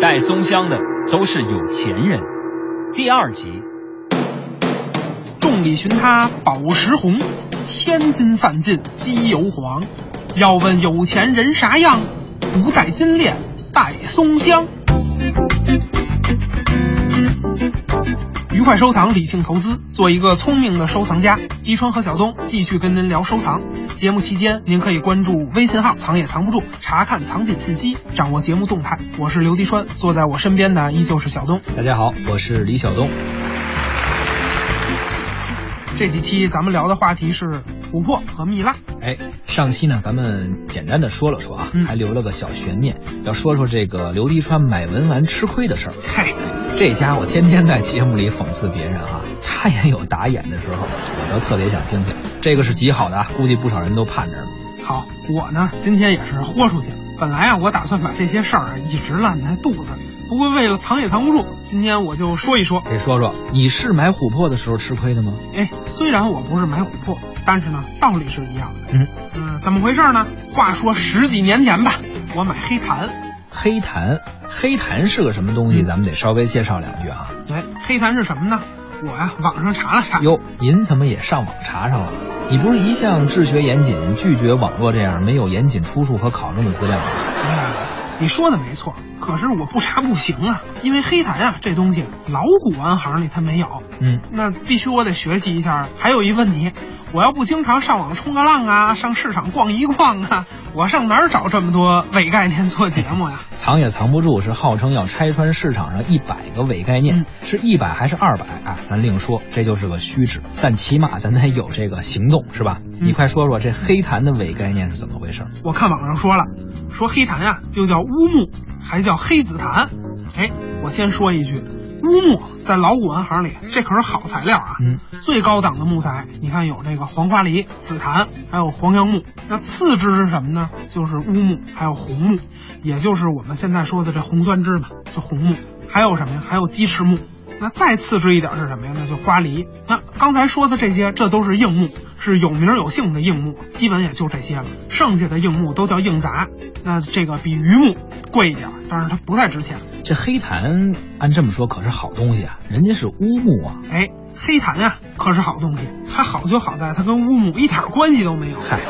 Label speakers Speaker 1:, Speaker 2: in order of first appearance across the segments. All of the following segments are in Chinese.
Speaker 1: 带松香的都是有钱人。第二集，
Speaker 2: 众里寻他宝石红，千金散尽机油黄。要问有钱人啥样，不戴金链，戴松香。愉快收藏，理性投资，做一个聪明的收藏家。一川和小东继续跟您聊收藏。节目期间，您可以关注微信号“藏也藏不住”，查看藏品信息，掌握节目动态。我是刘迪川，坐在我身边的依旧是小东。
Speaker 3: 大家好，我是李晓东。
Speaker 2: 这几期咱们聊的话题是琥珀和蜜蜡。
Speaker 3: 哎，上期呢，咱们简单的说了说啊，
Speaker 2: 嗯
Speaker 3: 还留了个小悬念，要说说这个刘迪川买文玩吃亏的事儿。
Speaker 2: 嘿，
Speaker 3: 这家伙天天在节目里讽刺别人啊，他也有打眼的时候，我倒特别想听听。这个是极好的啊，估计不少人都盼着呢。
Speaker 2: 好，我呢今天也是豁出去了。本来啊，我打算把这些事儿啊一直烂在肚子里，不过为了藏也藏不住，今天我就说一说。
Speaker 3: 得说说，你是买琥珀的时候吃亏的吗？
Speaker 2: 哎，虽然我不是买琥珀，但是呢，道理是一样的。
Speaker 3: 嗯，
Speaker 2: 嗯、怎么回事呢？话说十几年前吧，我买黑檀。
Speaker 3: 黑檀，黑檀是个什么东西？
Speaker 2: 嗯
Speaker 3: 咱们得稍微介绍两句啊。
Speaker 2: 哎，黑檀是什么呢？我呀、网上查了 查，
Speaker 3: 哟，您怎么也上网查上了？你不是一向治学严谨，拒绝网络这样没有严谨出处和考证的资料吗？
Speaker 2: 哎呀，你说的没错，可是我不查不行啊，因为黑檀啊这东西老古玩行里它没有，
Speaker 3: 嗯，
Speaker 2: 那必须我得学习一下。还有一问题，我要不经常上网冲个浪啊，上市场逛一逛啊，我上哪儿找这么多伪概念做节目呀、
Speaker 3: 藏也藏不住，是号称要拆穿市场上一百个伪概念，
Speaker 2: 嗯
Speaker 3: 是一百还是二百啊？咱另说，这就是个虚指，但起码咱得有这个行动，是吧？你快说说这黑檀的伪概念是怎么回事？
Speaker 2: 我看网上说了，说黑檀啊又叫乌木，还叫黑紫檀。哎，我先说一句，乌木在老古玩行里这可是好材料啊。
Speaker 3: 嗯，
Speaker 2: 最高档的木材，你看有这个黄花梨、紫檀，还有黄杨木。那次之是什么呢？就是乌木，还有红木，也就是我们现在说的这红酸枝嘛，就红木。还有什么呀？还有鸡翅木。那再次之一点是什么呀？那就花梨。那刚才说的这些，这都是硬木，是有名有姓的硬木，基本也就这些了。剩下的硬木都叫硬杂。那这个比榆木贵一点，但是它不太值钱。
Speaker 3: 这黑檀按这么说可是好东西啊，人家是乌木啊。
Speaker 2: 哎，黑檀呀、可是好东西，它好就好在它跟乌木一点关系都没有。
Speaker 3: 嗨，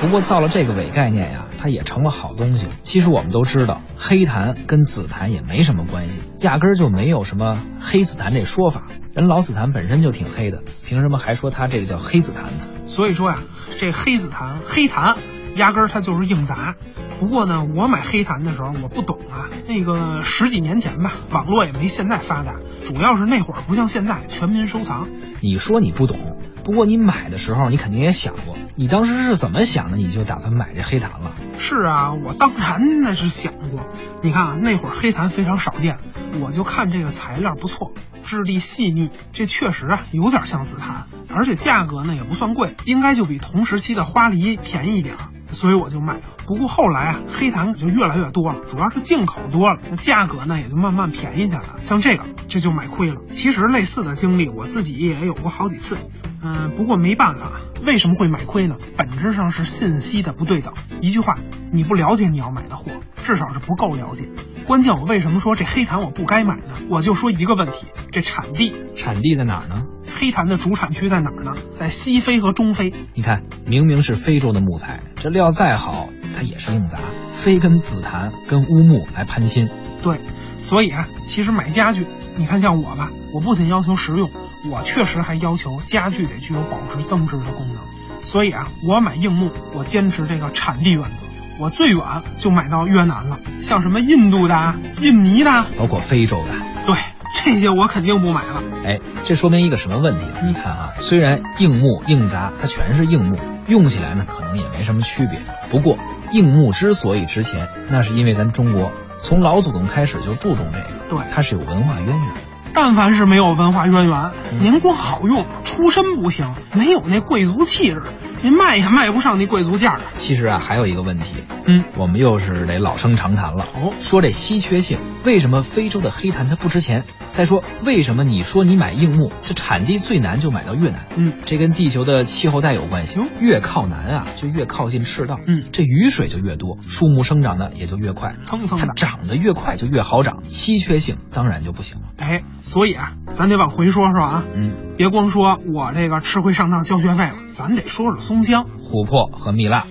Speaker 3: 不过造了这个伪概念呀，它也成了好东西。其实我们都知道，黑檀跟紫檀也没什么关系，压根儿就没有什么黑紫檀这说法。人老紫檀本身就挺黑的，凭什么还说它这个叫黑紫檀呢？
Speaker 2: 所以说呀、这黑紫檀、黑檀，压根儿它就是硬砸。不过呢，我买黑檀的时候我不懂啊，那个十几年前吧，网络也没现在发达，主要是那会儿不像现在全民收藏。
Speaker 3: 你说你不懂，不过你买的时候你肯定也想过，你当时是怎么想的，你就打算买这黑檀了？
Speaker 2: 是啊，我当然那是想过。你看啊，那会儿黑檀非常少见，我就看这个材料不错，质地细腻，这确实啊有点像紫檀，而且价格呢也不算贵，应该就比同时期的花梨便宜一点儿，所以我就买了。不过后来啊，黑檀就越来越多了，主要是进口多了，那价格呢也就慢慢便宜下来了。像这个这就买亏了。其实类似的经历我自己也有过好几次，嗯，不过没办法，为什么会买亏呢？本质上是信息的不对等。一句话，你不了解你要买的货，至少是不够了解。关键我为什么说这黑檀我不该买呢？我就说一个问题，这产地，
Speaker 3: 产地在哪儿呢？
Speaker 2: 黑檀的主产区在哪儿呢？在西非和中非。
Speaker 3: 你看，明明是非洲的木材，这料再好，它也是硬砸，非跟紫檀、跟乌木来攀亲。
Speaker 2: 对，所以啊，其实买家具，你看像我吧，我不仅要求实用，我确实还要求家具得具有保值增值的功能。所以啊，我买硬木，我坚持这个产地原则。我最远就买到越南了，像什么印度的啊、印尼的啊，
Speaker 3: 包括非洲的。
Speaker 2: 对这些我肯定不买了。
Speaker 3: 哎，这说明一个什么问题呢？你看啊，虽然硬木、硬砸它全是硬木，用起来呢可能也没什么区别。不过硬木之所以值钱，那是因为咱中国从老祖宗开始就注重这个，
Speaker 2: 对
Speaker 3: 它是有文化渊源的。
Speaker 2: 但凡是没有文化渊源，
Speaker 3: 嗯
Speaker 2: 您光好用，出身不行，没有那贵族气质，您卖也卖不上那贵族价儿。
Speaker 3: 其实啊，还有一个问题，
Speaker 2: 嗯，
Speaker 3: 我们又是得老生常谈了。
Speaker 2: 哦
Speaker 3: 说这稀缺性，为什么非洲的黑檀它不值钱？再说为什么你说你买硬木，这产地最难就买到越南？
Speaker 2: 嗯，
Speaker 3: 这跟地球的气候带有关系
Speaker 2: 哟，
Speaker 3: 越靠南啊，就越靠近赤道，
Speaker 2: 嗯
Speaker 3: 这雨水就越多，树木生长的也就越快，
Speaker 2: 蹭蹭
Speaker 3: 它
Speaker 2: 的。
Speaker 3: 长得越快就越好长，稀缺性当然就不行了。
Speaker 2: 哎，所以啊，咱得往回说说啊，
Speaker 3: 嗯，
Speaker 2: 别光说我这个吃亏上当交学费了，咱得说说松江。
Speaker 3: 琥珀和蜜蜡，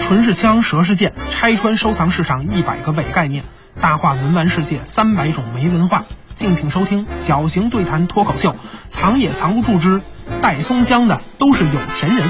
Speaker 2: 纯是枪，蛇是剑，拆穿收藏市场一百个伪概念，大话文玩世界三百种没文化。敬请收听小型对谈脱口秀，藏也藏不住之带松江的都是有钱人。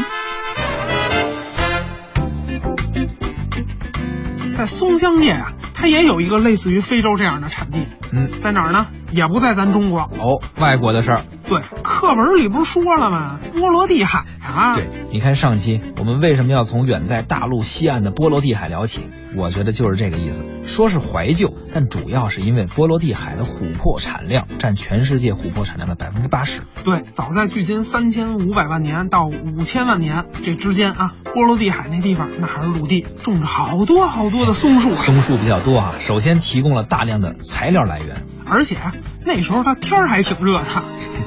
Speaker 2: 在松江界啊，它也有一个类似于非洲这样的产地，
Speaker 3: 嗯，
Speaker 2: 在哪儿呢？也不在咱中国。
Speaker 3: 哦，外国的事儿。
Speaker 2: 对，课文里不是说了吗？波罗的海啊，
Speaker 3: 对，你看上期我们为什么要从远在大陆西岸的波罗的海聊起？我觉得就是这个意思。说是怀旧，但主要是因为波罗的海的琥珀产量占全世界琥珀产量的百分之八十。
Speaker 2: 对，早在距今三千五百万年到五千万年这之间啊，波罗的海那地方那还是陆地，种着好多好多的松树啊，
Speaker 3: 松树比较多啊，首先提供了大量的材料来源。
Speaker 2: 而且啊那时候它天儿还挺热的，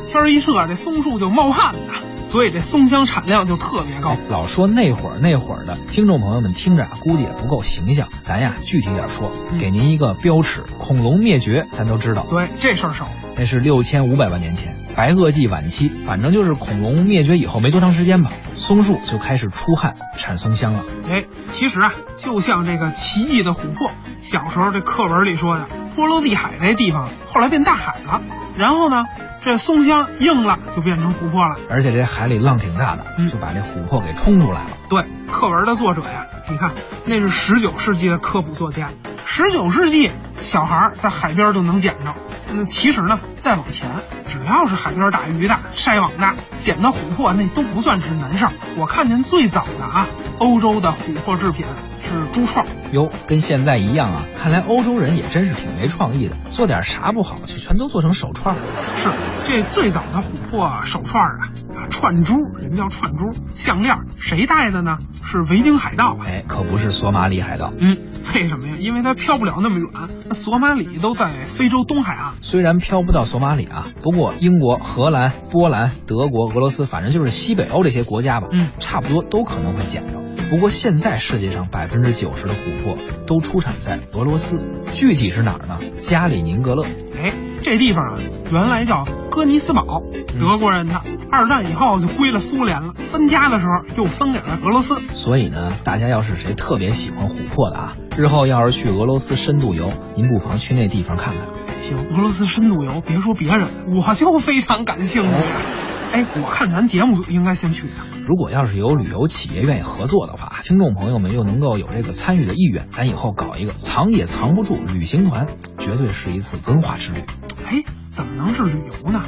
Speaker 2: 天儿一热这松树就冒汗呐，所以这松香产量就特别高
Speaker 3: 哎。老说那会儿那会儿的，听众朋友们听着啊，估计也不够形象。咱呀具体点说，
Speaker 2: 嗯
Speaker 3: 给您一个标尺，恐龙灭绝咱都知道，
Speaker 2: 对，这事儿少。
Speaker 3: 那是六千五百万年前，白垩纪晚期，反正就是恐龙灭绝以后没多长时间吧，松树就开始出汗产松香了。
Speaker 2: 哎，其实啊，就像这个奇异的琥珀，小时候这课文里说的，波罗的海这地方后来变大海了，然后呢，这松香硬了就变成琥珀了。
Speaker 3: 而且这海里浪挺大的，
Speaker 2: 嗯
Speaker 3: 就把这琥珀给冲出来了。
Speaker 2: 对，课文的作者呀，你看那是十九世纪的科普作家，十九世纪小孩儿在海边就能捡着。那其实呢，再往前，只要是海边打鱼的、晒网的，捡到琥珀那都不算是难事儿。我看见最早的啊，欧洲的琥珀制品是珠串儿，
Speaker 3: 哟，跟现在一样啊！看来欧洲人也真是挺没创意的，做点啥不好，却全都做成手串了。
Speaker 2: 是这最早的琥珀手串儿啊，啊串珠，人叫串珠，项链儿谁戴的呢？是维京海盗啊。
Speaker 3: 哎，可不是索马里海盗。
Speaker 2: 嗯，为什么呀？因为它飘不了那么远，那索马里都在非洲东海岸。
Speaker 3: 虽然飘不到索马里啊，不过英国、荷兰、波兰、德国、俄罗斯，反正就是西北欧这些国家吧，
Speaker 2: 嗯
Speaker 3: 差不多都可能会捡着。不过现在世界上百分之九十的琥珀都出产在俄罗斯，具体是哪儿呢？加里宁格勒。
Speaker 2: 哎，这地方啊，原来叫哥尼斯堡，德国人的。二战以后就归了苏联了，分家的时候又分给了俄罗斯。
Speaker 3: 所以呢，大家要是谁特别喜欢琥珀的啊，日后要是去俄罗斯深度游，您不妨去那地方看看。
Speaker 2: 行，俄罗斯深度游，别说别人，我就非常感兴趣。哎，我看咱节目组应该先去一趟。
Speaker 3: 如果要是有旅游企业愿意合作的话，听众朋友们又能够有这个参与的意愿，咱以后搞一个藏也藏不住旅行团，绝对是一次文化之旅。
Speaker 2: 哎，怎么能是旅游呢？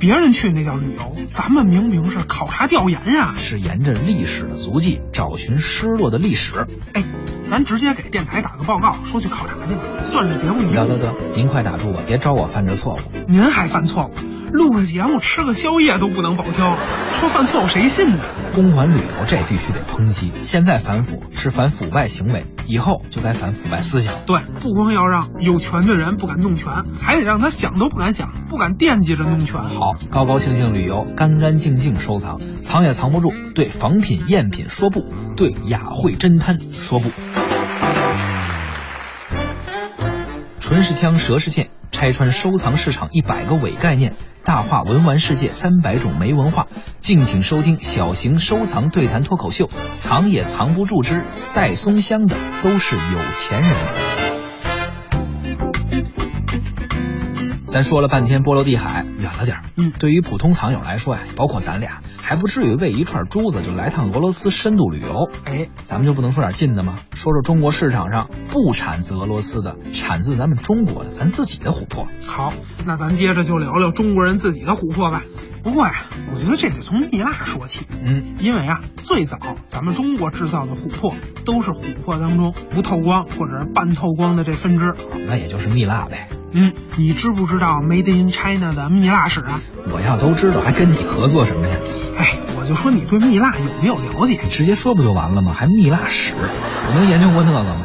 Speaker 2: 别人去那叫旅游，咱们明明是考察调研呀、
Speaker 3: 是沿着历史的足迹找寻失落的历史。
Speaker 2: 哎，咱直接给电台打个报告，说去考察去吧，算是节目一
Speaker 3: 得
Speaker 2: 部
Speaker 3: 得
Speaker 2: 分。
Speaker 3: 得，您快打住吧，别招我犯这错误。
Speaker 2: 您还犯错误，录个节目吃个宵夜都不能报销，说犯错误谁信呢？
Speaker 3: 公款旅游这必须得抨击，现在反腐是反腐败行为，以后就该反腐败思想。
Speaker 2: 对，不光要让有权的人不敢弄权，还得让他想都不敢想，不敢惦记着弄权。
Speaker 3: 好，高高兴兴旅游，干干净净收藏，藏也藏不住。对仿品、赝品说不，对雅惠真贪说不。唇是枪，舌是剑，拆穿收藏市场一百个伪概念，大话文玩世界三百种没文化。敬请收听小型收藏对谈脱口秀，《藏也藏不住之带松香的都是有钱人》。咱说了半天波罗的海，远了点儿。
Speaker 2: 嗯
Speaker 3: 对于普通藏友来说呀，包括咱俩，还不至于为一串珠子就来趟俄罗斯深度旅游。
Speaker 2: 哎，
Speaker 3: 咱们就不能说点近的吗？说说中国市场上不产自俄罗斯的，产自咱们中国的，咱自己的琥珀。
Speaker 2: 好，那咱接着就聊聊中国人自己的琥珀吧。不过呀、我觉得这得从蜜蜡说起，
Speaker 3: 嗯，
Speaker 2: 因为啊，最早咱们中国制造的琥珀都是琥珀当中不透光或者是半透光的这分支。
Speaker 3: 那也就是蜜蜡呗。
Speaker 2: 嗯，你知不知道 Made in China 的蜜蜡史啊？
Speaker 3: 我要都知道，还跟你合作什么呀？
Speaker 2: 哎，我就说你对蜜蜡有没有了解？
Speaker 3: 你直接说不就完了吗？还蜜蜡史，我能研究过那个吗？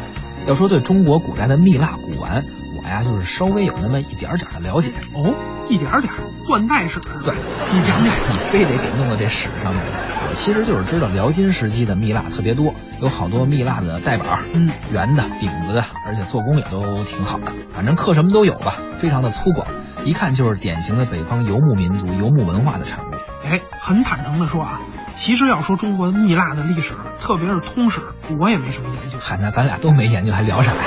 Speaker 3: 要说对中国古代的蜜蜡古玩，我呀，就是稍微有那么一点点的了解。
Speaker 2: 哦，一点点断代史是吧？
Speaker 3: 对，
Speaker 2: 你讲讲。
Speaker 3: 你非得给弄到这史上面来。我其实就是知道辽金时期的蜜蜡特别多，有好多蜜蜡的带板儿，
Speaker 2: 嗯
Speaker 3: 圆的、饼子的，而且做工也都挺好的，反正刻什么都有吧，非常的粗犷，一看就是典型的北方游牧民族、游牧文化的产物。
Speaker 2: 哎，很坦诚的说啊，其实要说中国蜜蜡的历史，啊特别是通史，我也没什么研究。
Speaker 3: 嗨，那咱俩都没研究，还聊啥呀？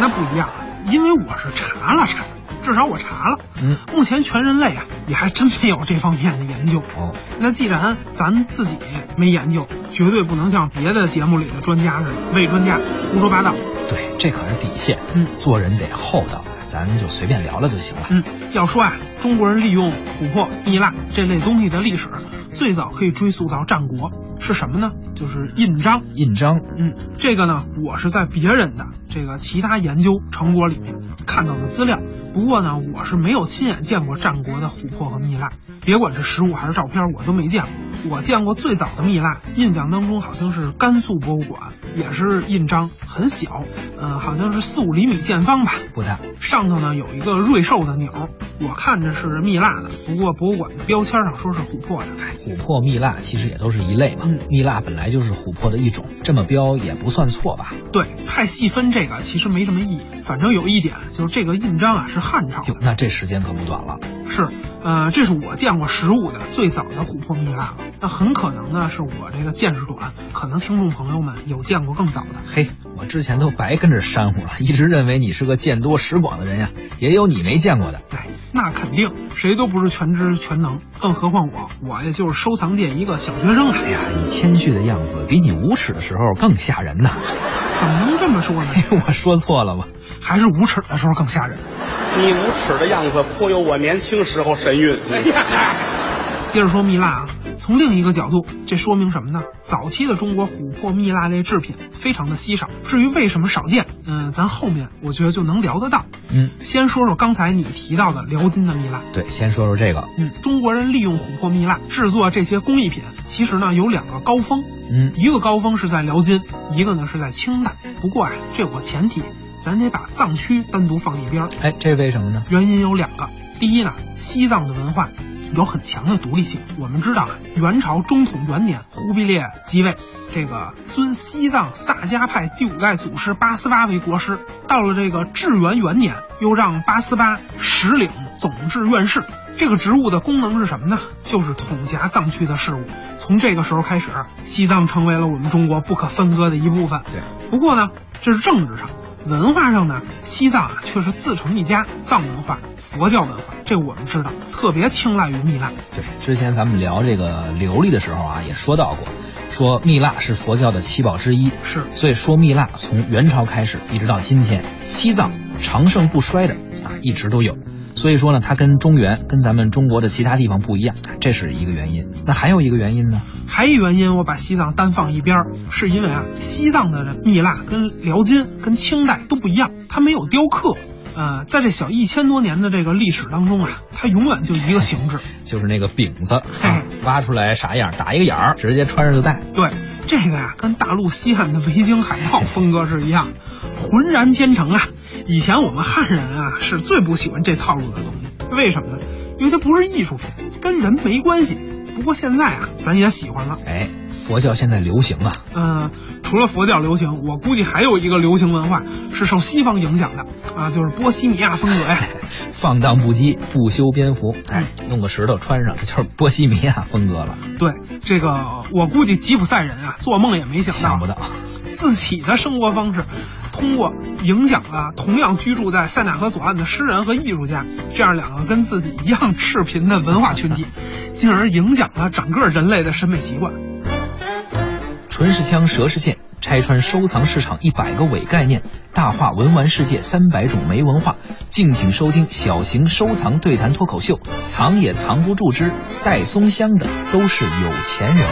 Speaker 2: 那不一样，因为我是查了查，至少我查了。
Speaker 3: 嗯，
Speaker 2: 目前全人类啊，也还真没有这方面的研究。
Speaker 3: 哦，
Speaker 2: 那既然咱自己没研究，绝对不能像别的节目里的专家似的为专家胡说八道。
Speaker 3: 对，这可是底线，
Speaker 2: 嗯
Speaker 3: 做人得厚道，咱就随便聊聊就行了。
Speaker 2: 嗯，要说啊，中国人利用琥珀、蜜蜡这类东西的历史，最早可以追溯到战国，是什么呢？就是印章。
Speaker 3: 印章，
Speaker 2: 嗯，这个呢，我是在别人的这个其他研究成果里面看到的资料。不过呢，我是没有亲眼见过战国的琥珀和蜜蜡，别管是实物还是照片，我都没见过。我见过最早的蜜蜡，印象当中好像是甘肃博物馆，也是印章，很小，呃，好像是四五厘米见方吧。
Speaker 3: 不大，
Speaker 2: 上头呢有一个瑞兽的鸟，我看着是蜜蜡的，不过博物馆的标签上说是琥珀的。哎
Speaker 3: 琥珀、蜜蜡其实也都是一类嘛。
Speaker 2: 嗯
Speaker 3: 蜜蜡本来就是琥珀的一种，这么标也不算错吧？
Speaker 2: 对，太细分这个其实没什么意义。反正有一点，就是这个印章啊是汉朝
Speaker 3: 哟，
Speaker 2: 的，
Speaker 3: 那这时间可不短了。
Speaker 2: 是，呃，这是我见过实物的最早的琥珀蜜蜡。那很可能呢是我这个见识短，可能听众朋友们有见过更早的。
Speaker 3: 嘿，我之前都白跟着山姆了，一直认为你是个见多识广的人呀，也有你没见过的。
Speaker 2: 哎，那肯定，谁都不是全知全能，更何况我，我也就是收藏界一个小学生啊。
Speaker 3: 哎呀，你谦虚的样子比你无耻的时候更吓人呐！
Speaker 2: 怎么能这么说呢？
Speaker 3: 嘿，我说错了吗？
Speaker 2: 还是无耻的时候更吓人。
Speaker 4: 你无耻的样子颇有我年轻时候神韵。哎呀，
Speaker 2: 接着说蜜蜡啊，从另一个角度，这说明什么呢？早期的中国琥珀、蜜蜡类制品非常的稀少。至于为什么少见，嗯、咱后面我觉得就能聊得到。
Speaker 3: 嗯，
Speaker 2: 先说说刚才你提到的辽金的蜜蜡。
Speaker 3: 对，先说说这个。
Speaker 2: 嗯，中国人利用琥珀、蜜蜡制作这些工艺品，其实呢有两个高峰，
Speaker 3: 嗯，
Speaker 2: 一个高峰是在辽金，一个呢是在清代。不过啊，这有个前提，咱得把藏区单独放一边儿。
Speaker 3: 哎，这为什么呢？
Speaker 2: 原因有两个，第一呢，西藏的文化有很强的独立性。我们知道啊，元朝中统元年，忽必烈即位，这个尊西藏萨迦派第五代祖师八思巴为国师。到了这个至元元年，又让八思巴实领总制院士。这个职务的功能是什么呢？就是统辖藏区的事务。从这个时候开始，啊西藏成为了我们中国不可分割的一部分。
Speaker 3: 对，啊
Speaker 2: 不过呢，这是政治上，文化上呢，西藏啊却是自成一家，藏文化、佛教文化，这个我们知道，特别青睐于蜜蜡。
Speaker 3: 对，之前咱们聊这个琉璃的时候啊，也说到过，说蜜蜡是佛教的七宝之一，
Speaker 2: 是
Speaker 3: 所以说蜜蜡从元朝开始一直到今天，西藏长盛不衰的啊，一直都有。所以说呢，它跟中原、跟咱们中国的其他地方不一样，这是一个原因。那还有一个原因呢？
Speaker 2: 还一原因，我把西藏单放一边儿，是因为啊，西藏的蜜蜡跟辽金、跟清代都不一样，它没有雕刻。呃，在这小一千多年的这个历史当中啊，它永远就一个形制。
Speaker 3: 就是那个饼子啊
Speaker 2: 哎，
Speaker 3: 挖出来啥样，打一个眼儿，直接穿上就戴。
Speaker 2: 对，这个呀、跟大陆西汉的维京海盗风格是一样的，浑然天成啊！以前我们汉人啊是最不喜欢这套路的东西，为什么呢？因为它不是艺术品，跟人没关系。不过现在啊，咱也喜欢了。
Speaker 3: 哎，佛教现在流行啊，
Speaker 2: 嗯、除了佛教流行，我估计还有一个流行文化是受西方影响的啊，就是波西米亚风格 呀。
Speaker 3: 放荡不羁，不修边幅，哎，弄个石头穿上，这就是波西米亚风格了，
Speaker 2: 对，这个我估计吉普赛人啊，做梦也没想到
Speaker 3: 想不到。
Speaker 2: 自己的生活方式，通过影响了同样居住在塞纳河左岸的诗人和艺术家这样两个跟自己一样赤贫的文化群体，进而影响了整个人类的审美习惯。
Speaker 3: 唇是枪，舌是剑，拆穿收藏市场一百个伪概念，大话文玩世界三百种没文化。敬请收听小型收藏对谈脱口秀，藏也藏不住之带松香的都是有钱人。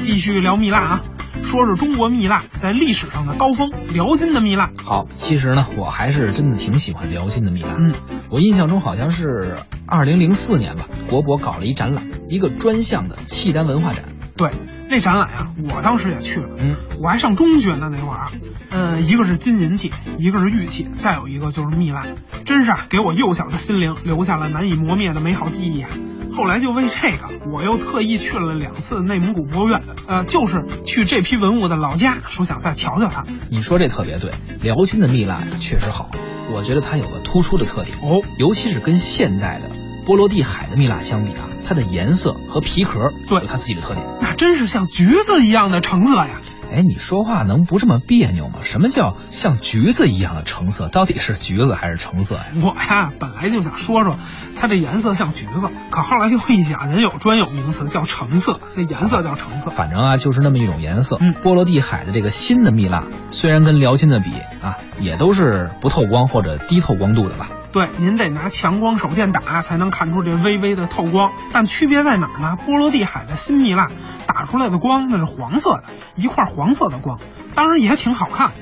Speaker 2: 继续聊蜜蜡啊，说说中国蜜蜡在历史上的高峰——辽金的蜜蜡。
Speaker 3: 好，其实呢，我还是真的挺喜欢辽金的蜜蜡。
Speaker 2: 嗯，
Speaker 3: 我印象中好像是二零零四年吧，国博搞了一展览，一个专项的契丹文化展。
Speaker 2: 对，那展览啊，我当时也去了，
Speaker 3: 嗯，
Speaker 2: 我还上中学呢那会儿啊，呃，一个是金银器，一个是玉器，再有一个就是蜜蜡，真是啊，给我幼小的心灵留下了难以磨灭的美好记忆啊。后来就为这个，我又特意去了两次内蒙古博物院，呃，就是去这批文物的老家，说想再瞧瞧它。
Speaker 3: 你说这特别对，辽金的蜜蜡确实好，我觉得它有个突出的特点
Speaker 2: 哦，
Speaker 3: 尤其是跟现代的波罗的海的蜜蜡相比啊，它的颜色和皮壳
Speaker 2: 对
Speaker 3: 有它自己的特点。
Speaker 2: 那真是像橘子一样的橙色呀！
Speaker 3: 哎，你说话能不这么别扭吗？什么叫像橘子一样的橙色？到底是橘子还是橙色呀？
Speaker 2: 我呀，本来就想说说它这颜色像橘子，可后来又一想，人有专有名词叫橙色，这颜色叫橙色。
Speaker 3: 反正啊，就是那么一种颜色。
Speaker 2: 嗯
Speaker 3: 波罗的海的这个新的蜜蜡，虽然跟辽金的比啊，也都是不透光或者低透光度的吧。
Speaker 2: 对，您得拿强光手电打才能看出这微微的透光。但区别在哪儿呢？波罗的海的新蜜蜡打出来的光那是黄色的，一块黄色的光，当然也挺好看的。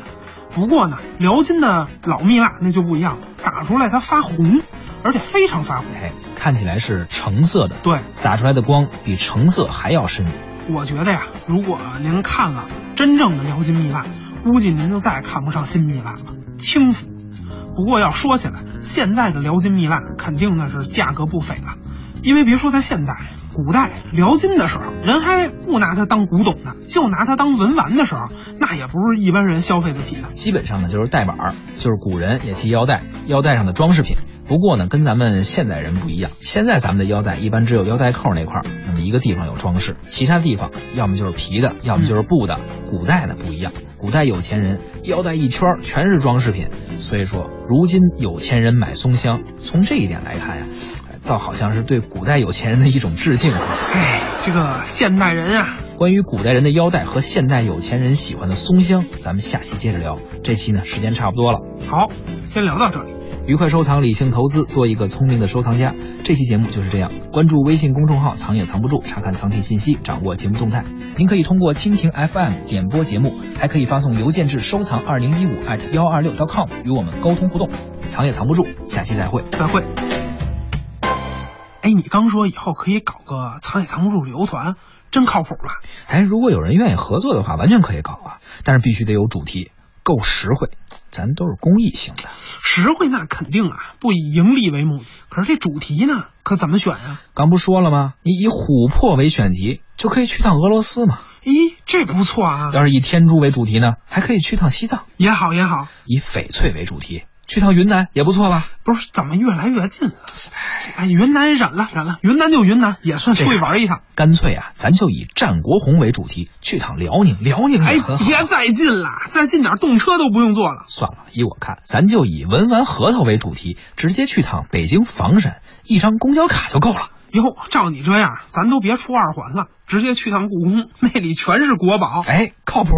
Speaker 2: 不过呢，辽金的老蜜蜡那就不一样，打出来它发红，而且非常发红。
Speaker 3: 哎，看起来是橙色的，
Speaker 2: 对，
Speaker 3: 打出来的光比橙色还要深。
Speaker 2: 我觉得呀，如果您看了真正的辽金蜜蜡，估计您就再也看不上新蜜蜡了，轻浮。不过要说起来，现在的辽金蜜蜡肯定那是价格不菲了，因为别说在现代，古代辽金的时候，人还不拿它当古董呢，就拿它当文玩的时候，那也不是一般人消费得起的。
Speaker 3: 基本上呢就是带板儿，就是古人也系腰带，腰带上的装饰品。不过呢，跟咱们现代人不一样，现在咱们的腰带一般只有腰带扣那块儿那么一个地方有装饰，其他地方要么就是皮的，要么就是布的。古代呢不一样，古代有钱人腰带一圈儿全是装饰品，所以说如今有钱人买松香，从这一点来看呀，哎倒好像是对古代有钱人的一种致敬啊。
Speaker 2: 哎，这个现代人啊，
Speaker 3: 关于古代人的腰带和现代有钱人喜欢的松香，咱们下期接着聊。这期呢时间差不多了。
Speaker 2: 好，先聊到这里。
Speaker 3: 愉快收藏，理性投资，做一个聪明的收藏家。这期节目就是这样，关注微信公众号“藏也藏不住”，查看藏品信息，掌握节目动态。您可以通过蜻蜓 FM 点播节目，还可以发送邮件至收藏二零一五艾特幺二六 .com 与我们沟通互动。藏也藏不住，下期再会。
Speaker 2: 再会。哎，你刚说以后可以搞个藏也藏不住旅游团，真靠谱了。
Speaker 3: 哎，如果有人愿意合作的话，完全可以搞啊，但是必须得有主题，够实惠。咱都是公益性的。
Speaker 2: 实惠那肯定啊，不以盈利为目的。可是这主题呢，可怎么选啊？
Speaker 3: 刚不说了吗？你以琥珀为选题，就可以去趟俄罗斯嘛。
Speaker 2: 咦，这不错啊，
Speaker 3: 要是以天珠为主题呢，还可以去趟西藏。
Speaker 2: 也好也好。
Speaker 3: 以翡翠为主题，去趟云南也不错吧？
Speaker 2: 不是，怎么越来越近了？哎，云南忍了忍了，云南就云南，也算出去玩一趟。
Speaker 3: 干脆啊，咱就以战国红为主题，去趟辽宁，辽宁
Speaker 2: 哎
Speaker 3: 也很，好。
Speaker 2: 别再近了，再近点动车都不用坐了。
Speaker 3: 算了，依我看，咱就以文玩核桃为主题，直接去趟北京房山，一张公交卡就够了。
Speaker 2: 哟，照你这样，咱都别出二环了，直接去趟故宫，那里全是国宝。
Speaker 3: 哎，靠谱。